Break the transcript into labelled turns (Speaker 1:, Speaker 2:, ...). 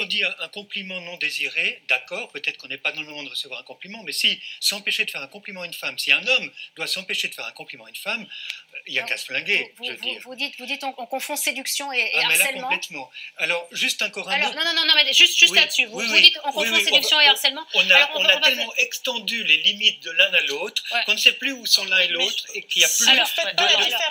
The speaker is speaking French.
Speaker 1: on dit un compliment non désiré, d'accord, peut-être qu'on n'est pas dans le moment de recevoir un compliment, mais si s'empêcher de faire un compliment à une femme, si un homme doit s'empêcher de faire un compliment à une femme, euh, il n'y a
Speaker 2: Non,
Speaker 1: qu'à se flinguer,
Speaker 2: vous,
Speaker 1: je veux
Speaker 2: vous-
Speaker 1: dire.
Speaker 2: vous dites, vous dites on, on confond séduction et, et
Speaker 1: Ah, mais là,
Speaker 2: harcèlement.
Speaker 1: complètement. Alors, juste encore un
Speaker 2: Alors,
Speaker 1: mot.
Speaker 2: non, non, non, non, mais juste, juste
Speaker 1: Oui,
Speaker 2: là-dessus. Vous,
Speaker 1: oui,
Speaker 2: vous
Speaker 1: oui,
Speaker 2: dites on
Speaker 1: oui,
Speaker 2: confond
Speaker 1: oui,
Speaker 2: séduction
Speaker 1: on va-
Speaker 2: et harcèlement.
Speaker 1: On a,
Speaker 2: Alors, on
Speaker 1: on
Speaker 2: va-
Speaker 1: a
Speaker 2: on va-
Speaker 1: tellement extendu les limites de l'un à l'autre
Speaker 2: Ouais.
Speaker 1: qu'on ne sait plus où sont l'un et l'autre et qu'il n'y a plus
Speaker 3: Si vous
Speaker 2: Alors,
Speaker 3: faites
Speaker 2: ouais,
Speaker 3: pas
Speaker 2: alors,
Speaker 3: la
Speaker 2: alors,
Speaker 3: différence